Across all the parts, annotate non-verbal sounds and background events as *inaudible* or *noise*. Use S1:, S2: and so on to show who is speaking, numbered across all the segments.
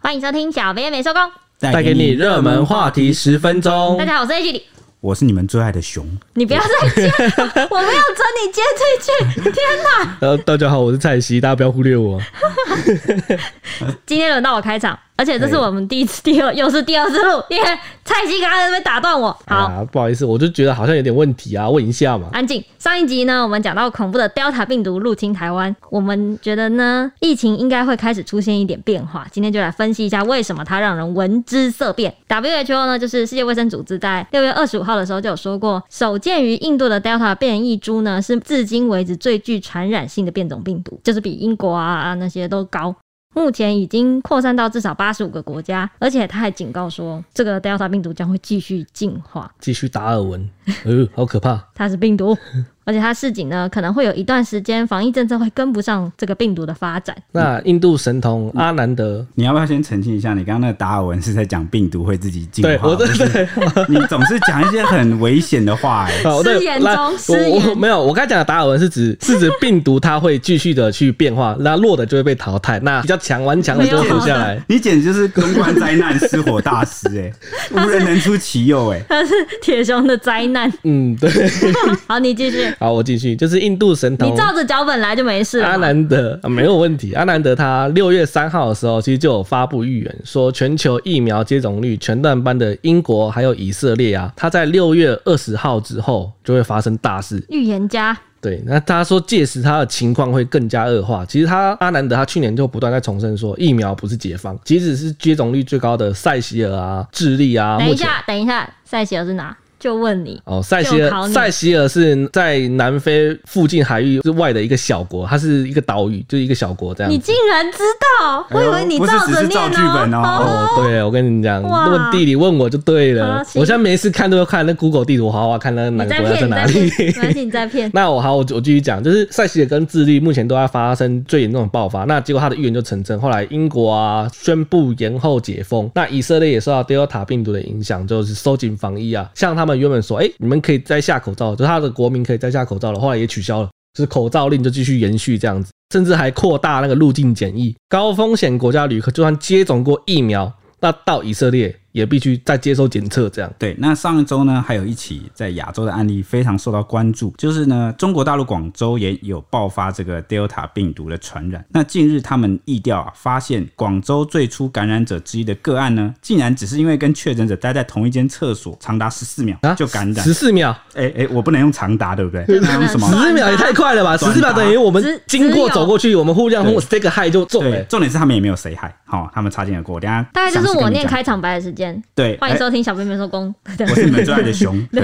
S1: 欢迎收听小编没收工。
S2: 带给你热门话题十分钟
S1: 大。家好，我是 H 李。
S3: 我是你们最爱的熊。
S1: 你不要再接了，我没有准你接这一句。天哪！
S2: 呃，大家好，我是蔡西，大家不要忽略我。
S1: 今天轮到我开场，而且这是我们第一次、第二又是第二次录，因为蔡西刚刚在那边打断我。好，
S2: 啊，不好意思，我就觉得好像有点问题啊，问一下嘛。
S1: 安静。上一集呢，我们讲到恐怖的 Delta 病毒入侵台湾，我们觉得呢，疫情应该会开始出现一点变化。今天就来分析一下为什么它让人闻之色变。WHO 呢，就是世界卫生组织在六月二十五号的时候就有说过，首见于印度的 Delta 变异株呢，是至今为止最具传染性的变种病毒，就是比英国啊啊那些都高。目前已经扩散到至少八十五个国家，而且他还警告说，这个 Delta 病毒将会继续进化。
S2: 继续达尔
S1: *laughs*
S2: 文，呃，好可怕。
S1: 它是病毒， *laughs* 而且它市井呢可能会有一段时间防疫政策会跟不上这个病毒的发展。 *laughs*
S2: 那印度神童阿南德，
S3: 你要不要先澄清一下？你刚刚那个达尔文是在讲病毒会自己进
S2: 对
S3: 化，
S2: 我
S3: 不
S2: 对
S1: *laughs*
S3: 是
S2: 对，，
S3: 你总是讲一些很危险的话、哎
S2: 好对
S1: 失言
S2: 来
S1: 中
S2: 我
S1: 失言
S2: 我没有，我刚才讲的达尔文是指是指病毒，它会继续的去变化，那弱的就会被淘汰，那比较强顽强的就会活下来。
S3: 你简直就是公关灾难失火大师、哎，无人能出其右、哎，
S1: 它是铁熊的灾难。
S2: 嗯，对。
S1: *laughs* 好，你继续，
S2: 好，我继续，就是印度神童
S1: 你照着脚本来就没事
S2: 阿
S1: 了嘛。
S2: 南德、啊、没有问题。阿南德他六月三号的时候，其实就有发布预言，说全球疫苗接种率全段班的英国还有以色列啊，他在六月二十号之后就会发生大事。
S1: 预言家，
S2: 对，那他说届时他的情况会更加恶化。其实他阿南德他去年就不断在重申说，疫苗不是解放，即使是接种率最高的塞西尔啊、智利啊，
S1: 等
S2: 目
S1: 一
S2: 前。
S1: 下，等一下，塞西尔是哪？就问你，
S2: 哦，塞西
S1: 就考
S2: 尔，
S1: 你
S2: 塞西尔是在南非附近海域之外的一个小国，它是一个岛屿，就一个小国这样子
S1: 你。竟然知道，我
S3: 哎
S1: 以
S3: 呦
S1: 为你
S3: 不是
S1: 照
S3: 只
S1: 着
S3: 是照
S1: 念
S3: 剧
S1: *laughs*
S3: 本哦
S2: 哦，对，我跟你讲，
S1: 哇
S2: 问地理问我就对了
S1: 好。行
S2: 我现在没事看都要看那 Google 地图，好好看那
S1: 你
S2: 哪个
S1: 在
S2: 国家
S1: 骗，
S2: 在
S1: 你
S2: 哪
S1: 在
S2: 里。
S1: 骗，。没关系，你在 *laughs*
S3: *laughs*
S1: 骗
S2: 那我好，我我继续讲，就是塞西尔跟智利目前都在发生最严重的爆发，那结果他的预言就成真。后来英国啊宣布延后解封，那以色列也受到 Delta 病毒的影响，就是收紧防疫啊。像他们原本说，哎、你们可以摘下口罩，就是他的国民可以摘下口罩了，后来也取消了，就是口罩令就继续延续这样子，甚至还扩大那个入境检疫。高风险国家旅客就算接种过疫苗，那到以色列也必须再接受检测这样。
S3: 对，那上周呢，还有一起在亚洲的案例非常受到关注，就是呢，中国大陆广州也有爆发这个 Delta 病毒的传染。那近日他们疫调啊，发现广州最初感染者之一的个案呢，竟然只是因为跟确诊者待在同一间厕所长达十四秒
S2: 啊
S3: 就感染
S2: 十。四秒，
S3: 哎哎、我不能用长达，对不对？
S1: 对
S3: 那用什么
S1: 是
S2: 嗯十？四秒也太快了吧！十
S3: 短
S2: 四
S3: 打
S2: 秒等于我们
S1: 只
S2: 经
S1: 只
S2: 过
S1: 有
S2: 走过去，我们互相
S3: 对
S2: say 个 hi 就中了哦
S3: 对，。重点是他们也没有谁害，好、他们擦肩而过。等一下
S1: 大概就
S3: 详
S1: 是
S3: 细跟
S1: 我
S3: 你
S1: 念
S3: 讲
S1: 开场白的时间，
S3: 对，
S1: 欢迎
S3: 哎
S1: 收听小编没收工。
S3: *laughs* 我是你们最爱的熊。对，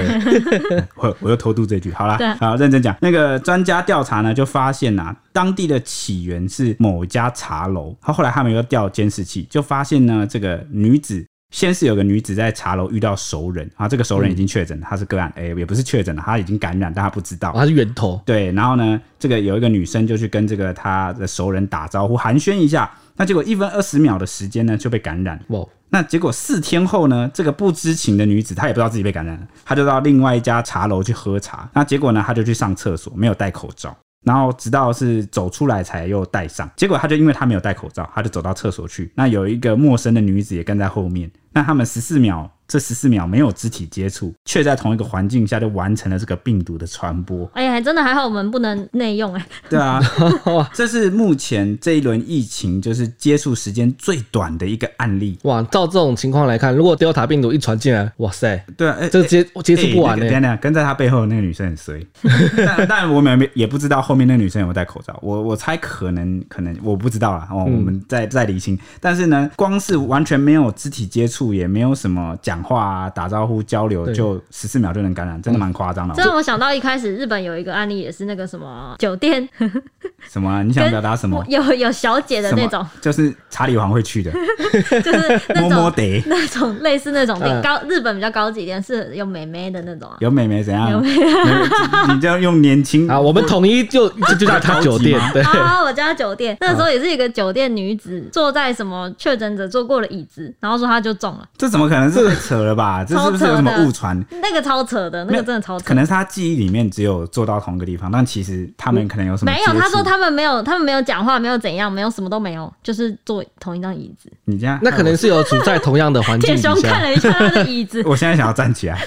S3: 我我又偷渡这句，好啦
S1: 对，
S3: 好认真讲。那个专家调查呢，就发现呐、当地的起源是某家茶楼，他后来他们又调监视器，就发现呢，这个女子。先是有个女子在茶楼遇到熟人，啊，这个熟人已经确诊了，她是个案，哎、也不是确诊了，她已经感染，但她不知道
S2: 哦，。它是源头，
S3: 对，然后呢，这个有一个女生就去跟这个她的熟人打招呼寒暄一下，那结果一分二十秒的时间呢就被感染了。
S2: 哇，
S3: 那结果四天后呢，这个不知情的女子她也不知道自己被感染了，她就到另外一家茶楼去喝茶。那结果呢，她就去上厕所，没有戴口罩。然后直到是走出来才又戴上，结果她就因为她没有戴口罩，她就走到厕所去。那有一个陌生的女子也跟在后面。那他们十四秒，这十四秒没有肢体接触，却在同一个环境下就完成了这个病毒的传播。
S1: *laughs* 哎呀，真的还好，我们不能内用哎。
S3: 对 *laughs* 啊，这是目前这一轮疫情就是接触时间最短的一个案例。
S2: 哇！照这种情况来看，如果 Delta 病毒一传进来，哇塞，
S3: 对啊，哎
S2: 这个接接触不完
S3: 欸那
S2: 呢
S3: 个等一下等一下跟在他背后的那个女生很
S2: *laughs*
S3: 衰，但但我们也不知道后面那个女生有没有戴口罩，我我猜可能可能我不知道啦，哦，
S2: 嗯
S3: 我们再再理清。但是呢，光是完全没有肢体接触，也没有什么讲话啊、打招呼、交流，
S2: 对
S3: 就十四秒就能感染，真的蛮夸张的。
S1: 这让我想到一开始日本有一个案例，也是那个什么酒店
S3: 什么啊？你想表达什么？
S1: 有有小姐的
S3: 什
S1: 那
S3: 么
S1: 种，
S3: 就是查理王
S1: *laughs*
S3: 会去的，
S1: 就是那
S3: 摸摸
S1: 种 *laughs*
S3: 得
S1: 那种类似那种
S2: 嗯
S1: 高日本比较高级一点是有美眉的那种啊。
S3: 有美眉怎样？没
S1: 啊
S3: 有你就用年轻
S2: 啊，我们统一就就
S3: *laughs*
S2: 就叫它酒店
S3: 高，级
S2: 对，
S1: 啊！我家酒店那时
S3: 嗯
S1: 候也是一个酒店女子坐在什么确诊者坐过的椅子，然后说她就中了，
S3: 这怎么可能是会扯了吧？这是不是
S1: 超扯
S3: 有什么
S1: 的
S3: 误传？
S1: 那个超扯的，那
S3: 没有
S1: 个真的超扯。
S3: 可能是他记忆里面只有做到同一个地方，但其实他们可能有什
S1: 嗯
S3: 么
S1: 没有，
S3: 接
S1: 他说
S3: 触
S1: 他们没有，他们没有讲话，没有怎样，没有什么都没有，就是坐同一张椅子。
S3: 你这样，
S2: 那可能是有处在同样的环境
S1: 铁
S2: 底 *laughs*
S1: 熊看
S2: 下，
S1: 了一下他的椅
S3: *laughs*，
S1: 子
S3: 我现在想要
S1: *laughs*
S3: 站起来，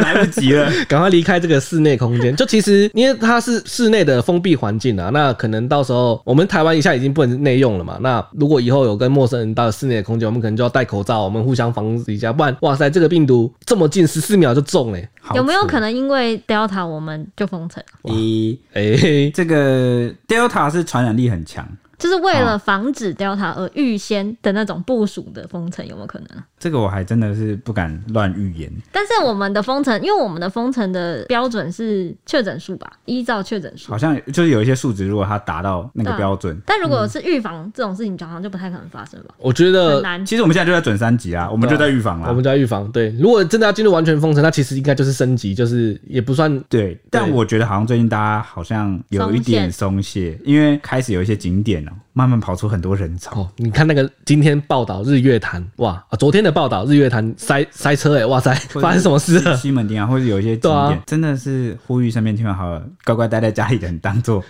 S3: 来不及了。
S2: 赶快离开这个室内空间。 *laughs* 就其实因为它是室内的封闭环境啊，那可能到时候我们台湾一下已经不能内用了嘛。那如果以后有跟陌生人到室内的空间，我们可能就要戴口罩，我们互相防止一下，不然哇塞，这个病毒这么近，十四秒就中欸嘞、
S3: 好
S1: 有没有可
S3: 扯？
S1: 能因为 Delta 我们就封城？
S3: 一
S2: 哎、
S3: 这个 Delta 是传染力很强，
S1: 就是为
S3: 哦
S1: 了防止 Delta 而预先的那种部署的封城，有没有可能啊？
S3: 这个我还真的是不敢乱预言。
S1: 但是我们的封城，因为我们的封城的标准是确诊数吧，依照确诊数
S3: 好。像就是有一些数值，如果它达到那个
S1: 嗯
S3: 标准，
S1: 但如果是预防这种事情，就好像就不太可能发生吧，
S2: 我觉
S1: 很
S2: 得
S1: 难。
S3: 其实我们现在就在准三级啊，我们就在预防啦。
S2: 我们就要预防。对，如果真的要进入完全封城，那其实应该就是升级，就是也不算
S3: 对，但我觉得好像最近大家好像有一点松懈，因为开始有一些景点哦、慢慢跑出很多人潮。
S2: 哦。你看那个今天报道日月潭，哇，啊、昨天的报道日月潭塞塞车哎、哇塞，
S3: 或者是
S2: 发生什么事了？
S3: 西门町啊，或者有一些景
S2: 对
S3: 点
S2: 啊，
S3: 真的是呼吁身边亲朋好友乖乖待在家里的人当做，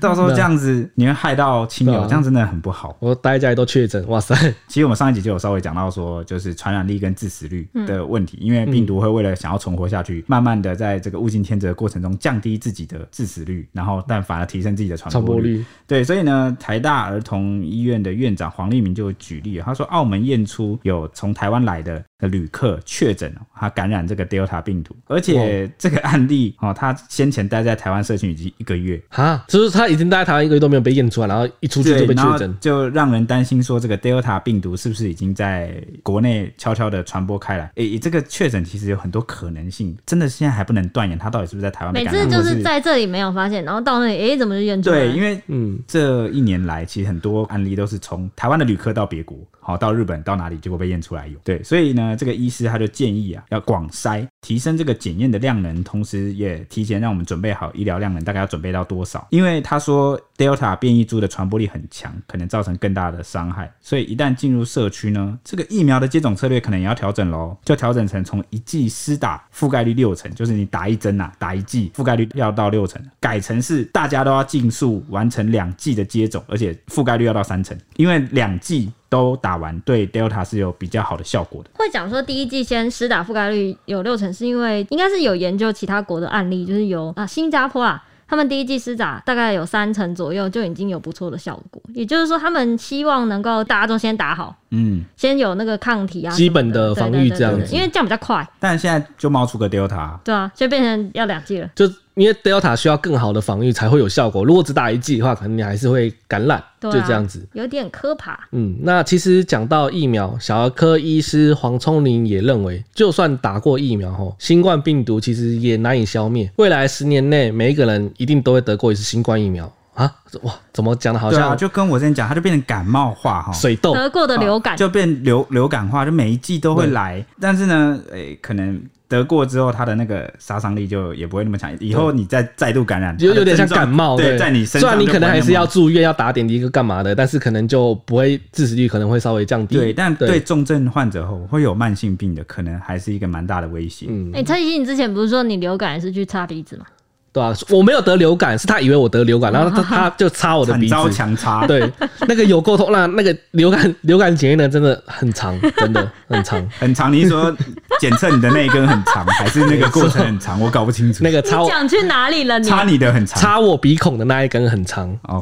S3: 到时候这样子你会害到亲
S2: 对
S3: 友，
S2: 啊
S3: 这样真的很不好。
S2: 我待在家里都确诊，哇塞，
S3: 其实我们上一集就有稍微讲到说，就是传染力跟致死率的问题，因为病毒会为了想要存活下去，慢慢的在这个物竞天择的过程中降低自己的致死率，然后但反而提升自己的传
S2: 传
S3: 播
S2: 播
S3: 率。
S2: 率
S3: 对，所以呢，台大儿童医院的院长黄立明就举例，他说澳门验出有从台湾来的旅客确诊，哦他感染这个 Delta 病毒，而且这个案例哦，他先前待在台湾社群已经一个月。
S2: 哈，就是他已经待在台湾一个月都没有被验出来，然后一出去就
S3: 对，
S2: 被
S3: 然
S2: 确
S3: 后
S2: 诊。
S3: 哦就让人担心说，这个 Delta 病毒是不是已经在国内悄悄的传播开来？诶、这个确诊其实有很多可能性，真的现在还不能断言它到底是不是在台湾被
S1: 每
S3: 感
S1: 次
S2: 啊
S3: 染，
S1: 就
S3: 或
S1: 是在这里没有发现，然后到那里，诶，怎么就验出来？
S3: 对，因为
S2: 嗯，
S3: 这一年来，其实很多案例都是从台湾的旅客到别国，好到日本到哪里，结果被验出来有。对，所以呢，这个医师他就建议啊，要广筛，提升这个检验的量能，同时也提前让我们准备好医疗量能大概要准备到多少。因为他说 Delta 变异株的传播力很强，可能造成更大的伤害，所以一旦进入社区呢，这个疫苗的接种策略可能也要调整喽，就调整成从一剂施打覆盖率六成，就是你打一针啊，打一剂覆盖率要到六成，改成是大家都要尽速完成两剂的接种，而且覆盖率要到三成，因为两剂都打完对 Delta 是有比较好的效果的。
S1: 会讲说第一季先施打覆盖率有六成，是因为应该是有研究其他国的案例，就是有啊新加坡啦，他们第一季施打大概有三成左右就已经有不错的效果，也就是说他们希望能够大家都先打好，
S3: 嗯，
S1: 先有那个抗体啊什么，
S2: 基本的防御
S1: 对对对对
S2: 这样子
S1: 对因为这样比较快，
S3: 但现在就冒出个 Delta，
S1: 对啊，就变成要两剂了。
S2: 就因为 Delta 需要更好的防御才会有效果，如果只打一剂的话，可能你还是会感染，
S1: 对
S2: 就
S1: 啊
S2: 这样子。
S1: 有点磕爬，
S2: 嗯，那其实讲到疫苗，小儿科医师黄聪林也认为，就算打过疫苗后，新冠病毒其实也难以消灭。未来十年内，每一个人一定都会得过一次新冠疫苗啊！哇，怎么讲的好
S3: 对啊，
S2: 像
S3: 就跟我之前讲，它就变成感冒化哈。
S2: 水痘？
S1: 得过的流感，
S3: 哦啊就变流流感化，就每一季都会
S2: 对
S3: 来，但是呢，诶、可能得过之后，它的那个杀伤力就也不会那么强。以后你再再度感染，
S2: 就有点像
S3: 它的症状
S2: 感冒，
S3: 对，
S2: 对，
S3: 在你身
S2: 虽
S3: 上
S2: 然
S3: 就
S2: 你
S3: 不
S2: 可能
S3: 会那
S2: 还
S3: 么
S2: 是要住院、要打点滴、个干嘛的，但是可能就不会致死率可能会稍微降低。
S3: 对，但对
S2: 对，
S3: 重症患者后会有慢性病的，可能还是一个蛮大的威胁。
S2: 嗯，
S1: 哎、陈绮你之前不是说你流感也是去擦鼻子吗？
S2: 对啊，我没有得流感，是他以为我得流感，然
S3: *laughs*
S2: 后他他就插我的
S3: 惨
S2: 鼻子，
S3: 遭强插，
S2: 对，那个有沟通，那那个流感流感检验呢，真的很长，真的
S1: *laughs*
S2: 很长。
S3: 很长。你是说检测你的那一根很长，还是那个过程很
S2: *laughs*
S3: 长？我搞不清楚
S2: 那。个
S1: 你
S2: 插我
S1: 讲去哪里了你？
S3: 插你的很长。
S2: 插我鼻孔的那一根很长。
S3: 哦，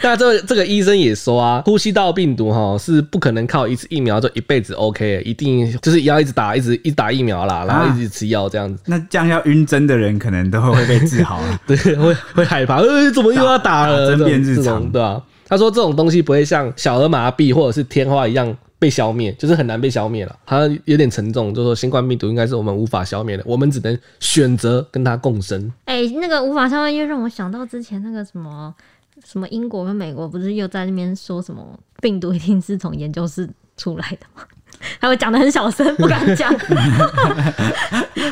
S2: 那这这个医生也说啊，呼吸道病毒哈是不可能靠一次疫苗就一辈子 OK，的一定就是要一直打，一直一直打疫苗啦，然
S3: 啊
S2: 后一直吃药这样子。
S3: 那这样要晕针的人可能都会被治好了。
S2: 对，会会害怕，呃，怎么又要打
S3: 打针
S2: 了？这种
S3: 变日
S2: 这种
S3: 常
S2: 对吧、他说这种东西不会像小儿麻痹或者是天花一样被消灭，就是很难被消灭了。他有点沉重，就说新冠病毒应该是我们无法消灭的，我们只能选择跟它共生。 *laughs*
S1: 哎、那个无法消灭，又让我想到之前那个什么什么英国跟美国不是又在那边说什么病毒一定是从研究室出来的吗？ *laughs* 还有讲的很小声，不敢讲。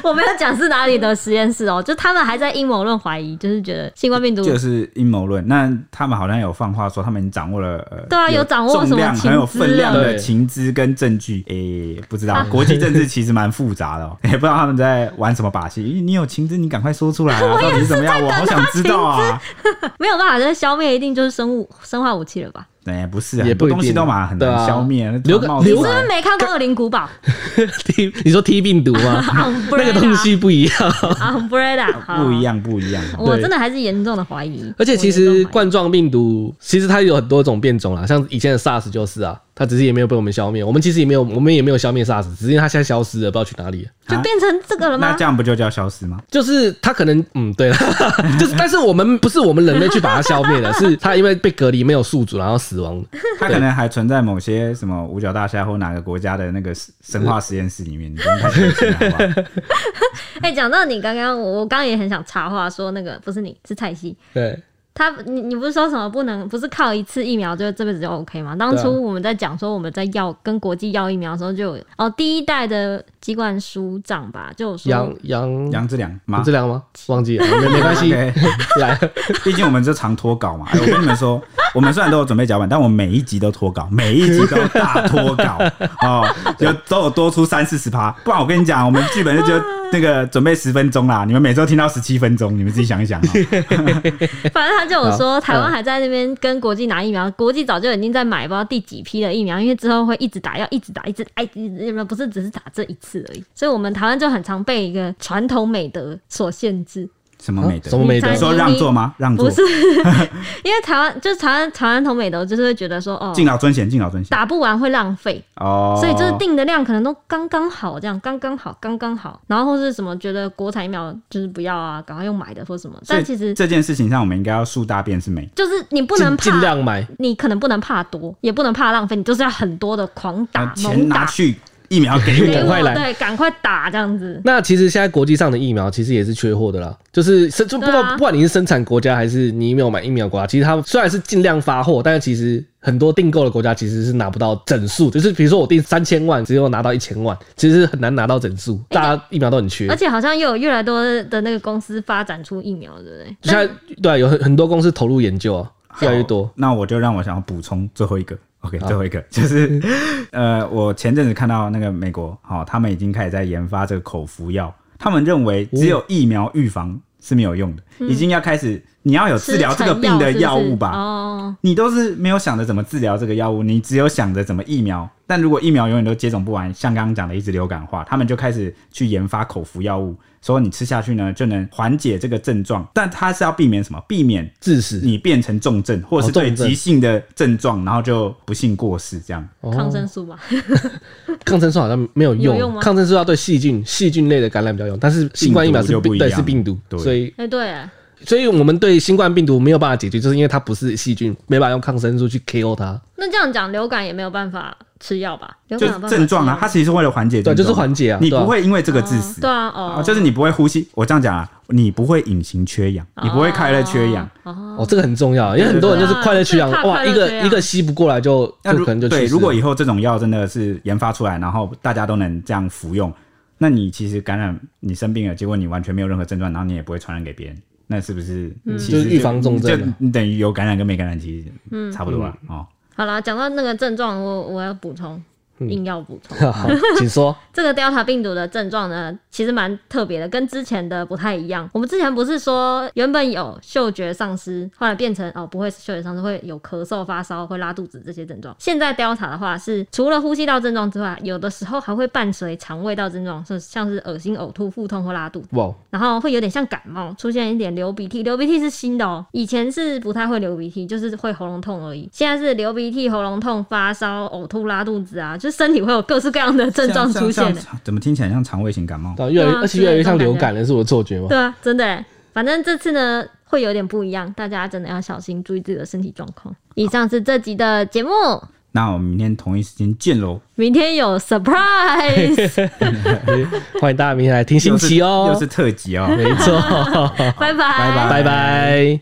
S1: 我没有讲是哪里的实验室哦，就他们还在阴谋论怀疑，就是觉得新冠病毒
S3: 就是阴谋论。那他们好像有放话说，他们已经掌握了，呃、
S1: 对啊有掌握什么
S3: 重量
S1: 情
S3: 很有
S1: 资啊
S3: 分量
S2: 了
S3: 的
S2: 对
S3: 情资跟证据。诶、不知道，国际政治其实蛮复杂的、哦， *laughs* 也不知道他们在玩什么把戏。咦你有情资，你赶快说出来
S1: *laughs*
S3: 啊，到底是怎么样？我好想知道啊。
S1: 没有办法，就是消灭一定就是生物生化武器了吧？
S3: 哎、不是、啊，
S2: 也
S3: 很多
S2: 不一
S3: 东西
S2: 定
S3: 都
S2: 啊
S3: 嘛很
S2: 对
S3: 难
S2: 啊
S3: 消灭，那
S2: 留个
S3: 冒出啊
S2: 留
S1: 你
S3: 来
S1: 是不是没看过《恶灵古堡
S2: T，你说 T 病毒
S1: *laughs*
S2: 吗？》那
S1: 啊
S2: 个东西不一样。 *laughs*
S1: ？Umbrella 啊好
S3: 不一。样，不一样。啊
S1: 我
S2: 对
S1: 真的还是严重的怀疑，
S2: 而且其
S1: 我严
S2: 实
S1: 重怀疑
S2: 冠状病毒其实它有很多种变种啦，像以前的 SARS 就是啊，它只是也没有被我们消灭，我们其实也没有，我们也没有消灭 SARS，只是因为它现在消失了，不知道去哪里了。
S1: 就变成这个了
S3: 那
S1: 吗
S3: 这？样不就叫消失吗？
S2: 就是它可能，嗯，对了， *laughs* 就是但是我们不是我们人类去把它消
S1: *laughs*
S2: 灭的，是它因为被隔离没有宿主，然后死亡。
S3: 它可能还存在某些什么五角大厦或哪个国家的那个生化实验室里面，你不用太担心，啊好不
S2: *laughs*
S3: 好？
S1: 哎，讲到你刚刚，我我刚刚也很想插话说那个不是你是蔡西，
S2: 对，
S1: 他你你不是说什么不能不是靠一次疫苗就这辈子就 OK 吗？当初
S2: 对啊
S1: 我们在讲说我们在要跟国际要疫苗的时候就有哦第一代的机关署长吧就有说
S2: 杨杨
S3: 杨志良
S2: 杨
S3: 吗
S2: 志？良吗？忘记了，没没关系，
S3: OK
S2: 来，
S3: 毕竟我们就常脱稿嘛。哎，我跟你们说， *laughs* 我们虽然都有准备脚本，但我每一集都脱稿，每一集都大脱稿 *laughs* 哦，有都有多出三四十趴。不然我跟你讲，我们剧本就只有那个准备十分钟啦，你们每周听到十七分钟，你们自己想一
S2: *laughs*
S3: 想、哦。
S1: 反正他就有说，
S2: 好
S1: 台湾还在那边跟国际拿疫苗，国际早就已经在买，不知道第几批的疫苗，因为之后会一直打，要一直打，一直哎，一直不是只是打这一次而已。所以，我们台湾就很常被一个传统美德所限制，
S3: 什么美
S2: 啊什
S3: 德
S2: 么？美德
S3: 你？说让座吗？让座
S1: 不，是？因为台湾就是台湾台湾传统美德，就是会觉得说，哦，
S3: 敬老尊贤，敬老尊贤。
S1: 打不完会浪费，
S3: 哦，
S1: 所以就是定的量可能都刚刚好，这样刚刚好，刚刚好。然后或是什么觉得国产疫苗就是不要啊，赶快用买的或什么，
S3: 所以
S1: 但其实。
S3: 这件事情上，我们应该要树大便是美。
S1: 就是你不能怕
S2: 尽
S1: 啊
S2: 尽量买，
S1: 你可能不能怕多，也不能怕浪费，你就是要很多的狂打
S3: 把、呃啊钱
S1: 猛
S3: 拿
S1: 打，
S3: 去，疫苗给
S1: 给 *laughs*
S3: 我。
S1: 我
S2: 赶快来
S1: 对，赶快打这样子。
S2: 那其实现在国际上的疫苗其实也是缺货的啦，就是生就不
S1: 对啊
S2: 管、不管你是生产国家还是你没有买疫苗国家，其实他们虽然是尽量发货，但是其实很多订购的国家其实是拿不到整数，就是比如说我订三千万，只有拿到一千万，其实很难拿到整数，大家疫苗都很缺
S1: 而。且好像又有越来越多的那个公司发展出疫苗，对不对？
S2: 现在对、啊、有很很多公司投入研究啊，越来越多。
S3: 那我就让我想要补充最后一个。OK，最后一个 *laughs* 就是，呃，我前阵子看到那个美国，好、他们已经开始在研发这个口服药，他们认为只有疫苗预防是没有用的，已经要开始你要有治疗这个病的
S1: 嗯吃成
S3: 药
S1: 药是不
S3: 物
S1: 是
S3: 吧？
S1: 哦，
S3: 你都是没有想着怎么治疗这个药物，你只有想着怎么疫苗。但如果疫苗永远都接种不完，像刚刚讲的一直流感化，他们就开始去研发口服药物，说你吃下去呢就能缓解这个症状，但它是要避免什么？避免
S2: 致死
S3: 你变成重症，或者是
S2: 哦重
S3: 对
S2: 症
S3: 急性的症状，然后就不幸过世这样。
S2: 哦
S1: 抗生素吧，
S2: 抗生素好像没有用，啊
S1: 有用吗
S2: 抗生素要对细菌细菌类的感染比较有用，但是新冠疫苗
S3: 病
S2: 是
S3: 毒就不一
S2: 对
S3: 样
S2: 是病毒
S3: 对，
S2: 所以
S1: 哎，对，
S2: 所以我们对新冠病毒没有办法解决，就是因为它不是细菌，没办法用抗生素去 KO 它。
S1: 那这样讲，流感也没有办法吃药吧？流
S3: 就
S1: 感有办法
S3: 症状啊，它
S1: 吃药
S3: 其实是为了缓解症状，
S2: 对就是缓解啊
S3: 你
S2: 对啊
S3: 不会因为这个
S1: 吗
S3: 致死
S1: 哦，对啊，哦
S3: 啊，，就是你不会呼吸。我这样讲啊，你不会隐形缺氧，你不会快乐缺氧。
S1: 哦，
S2: 哦，这个很重要，因为很多人就是快乐缺氧
S1: 对，对
S2: 哇，
S1: 对怕
S2: 一
S1: 快乐缺啊
S2: 个
S1: 氧
S2: 一个吸不过来就就
S3: 那如
S2: 可能就去世
S3: 对，
S2: 了
S3: 如果以后这种药真的是研发出来，然后大家都能这样服用，那你其实感染你生病了，结果你完全没有任何症状，然后你也不会传染给别人，那是不是
S1: 嗯
S3: 其
S2: 就
S3: 实
S2: 是预防重症啊
S3: 就你等于有感染跟没感染其
S1: 嗯
S3: 实差不多了哦。
S1: 好啦，讲到那个症状，我我要补充，
S3: 嗯
S1: 硬要补充。
S2: *laughs* 好，请说。
S1: 这个 Delta 病毒的症状呢，其实蛮特别的，跟之前的不太一样。我们之前不是说原本有嗅觉丧失，后来变成哦不会嗅觉丧失，会有咳嗽、发烧、会拉肚子这些症状。现在 Delta 的话是除了呼吸道症状之外，有的时候还会伴随肠胃道症状，是像是恶心、呕吐、腹痛或拉肚子。
S2: 哇，
S1: 然后会有点像感冒，出现一点流鼻涕，流鼻涕是新的哦，以前是不太会流鼻涕，就是会喉咙痛而已。现在是流鼻涕、喉咙痛、发烧、呕吐、拉肚子啊，就身体会有各式各样的症状出现的。
S3: 怎么听起来像肠胃型感冒？
S2: 对啊越来越
S1: 对啊
S2: 而且越来越像
S1: 是有这
S2: 流
S1: 种感
S2: 感了，是我的错觉吗？
S1: 对啊，真的耶。反正这次呢会有点不一样，大家真的要小心，注意自己的身体状况。以上是这集的节目，
S3: 那我们明天同一时间见喽。
S1: 明天有 *laughs* surprise，
S2: 欢迎大家明天来听新奇
S1: *laughs*
S2: 哦
S3: 又是，特辑哦。
S2: 没错，
S1: 拜拜，
S3: 拜
S2: 拜拜。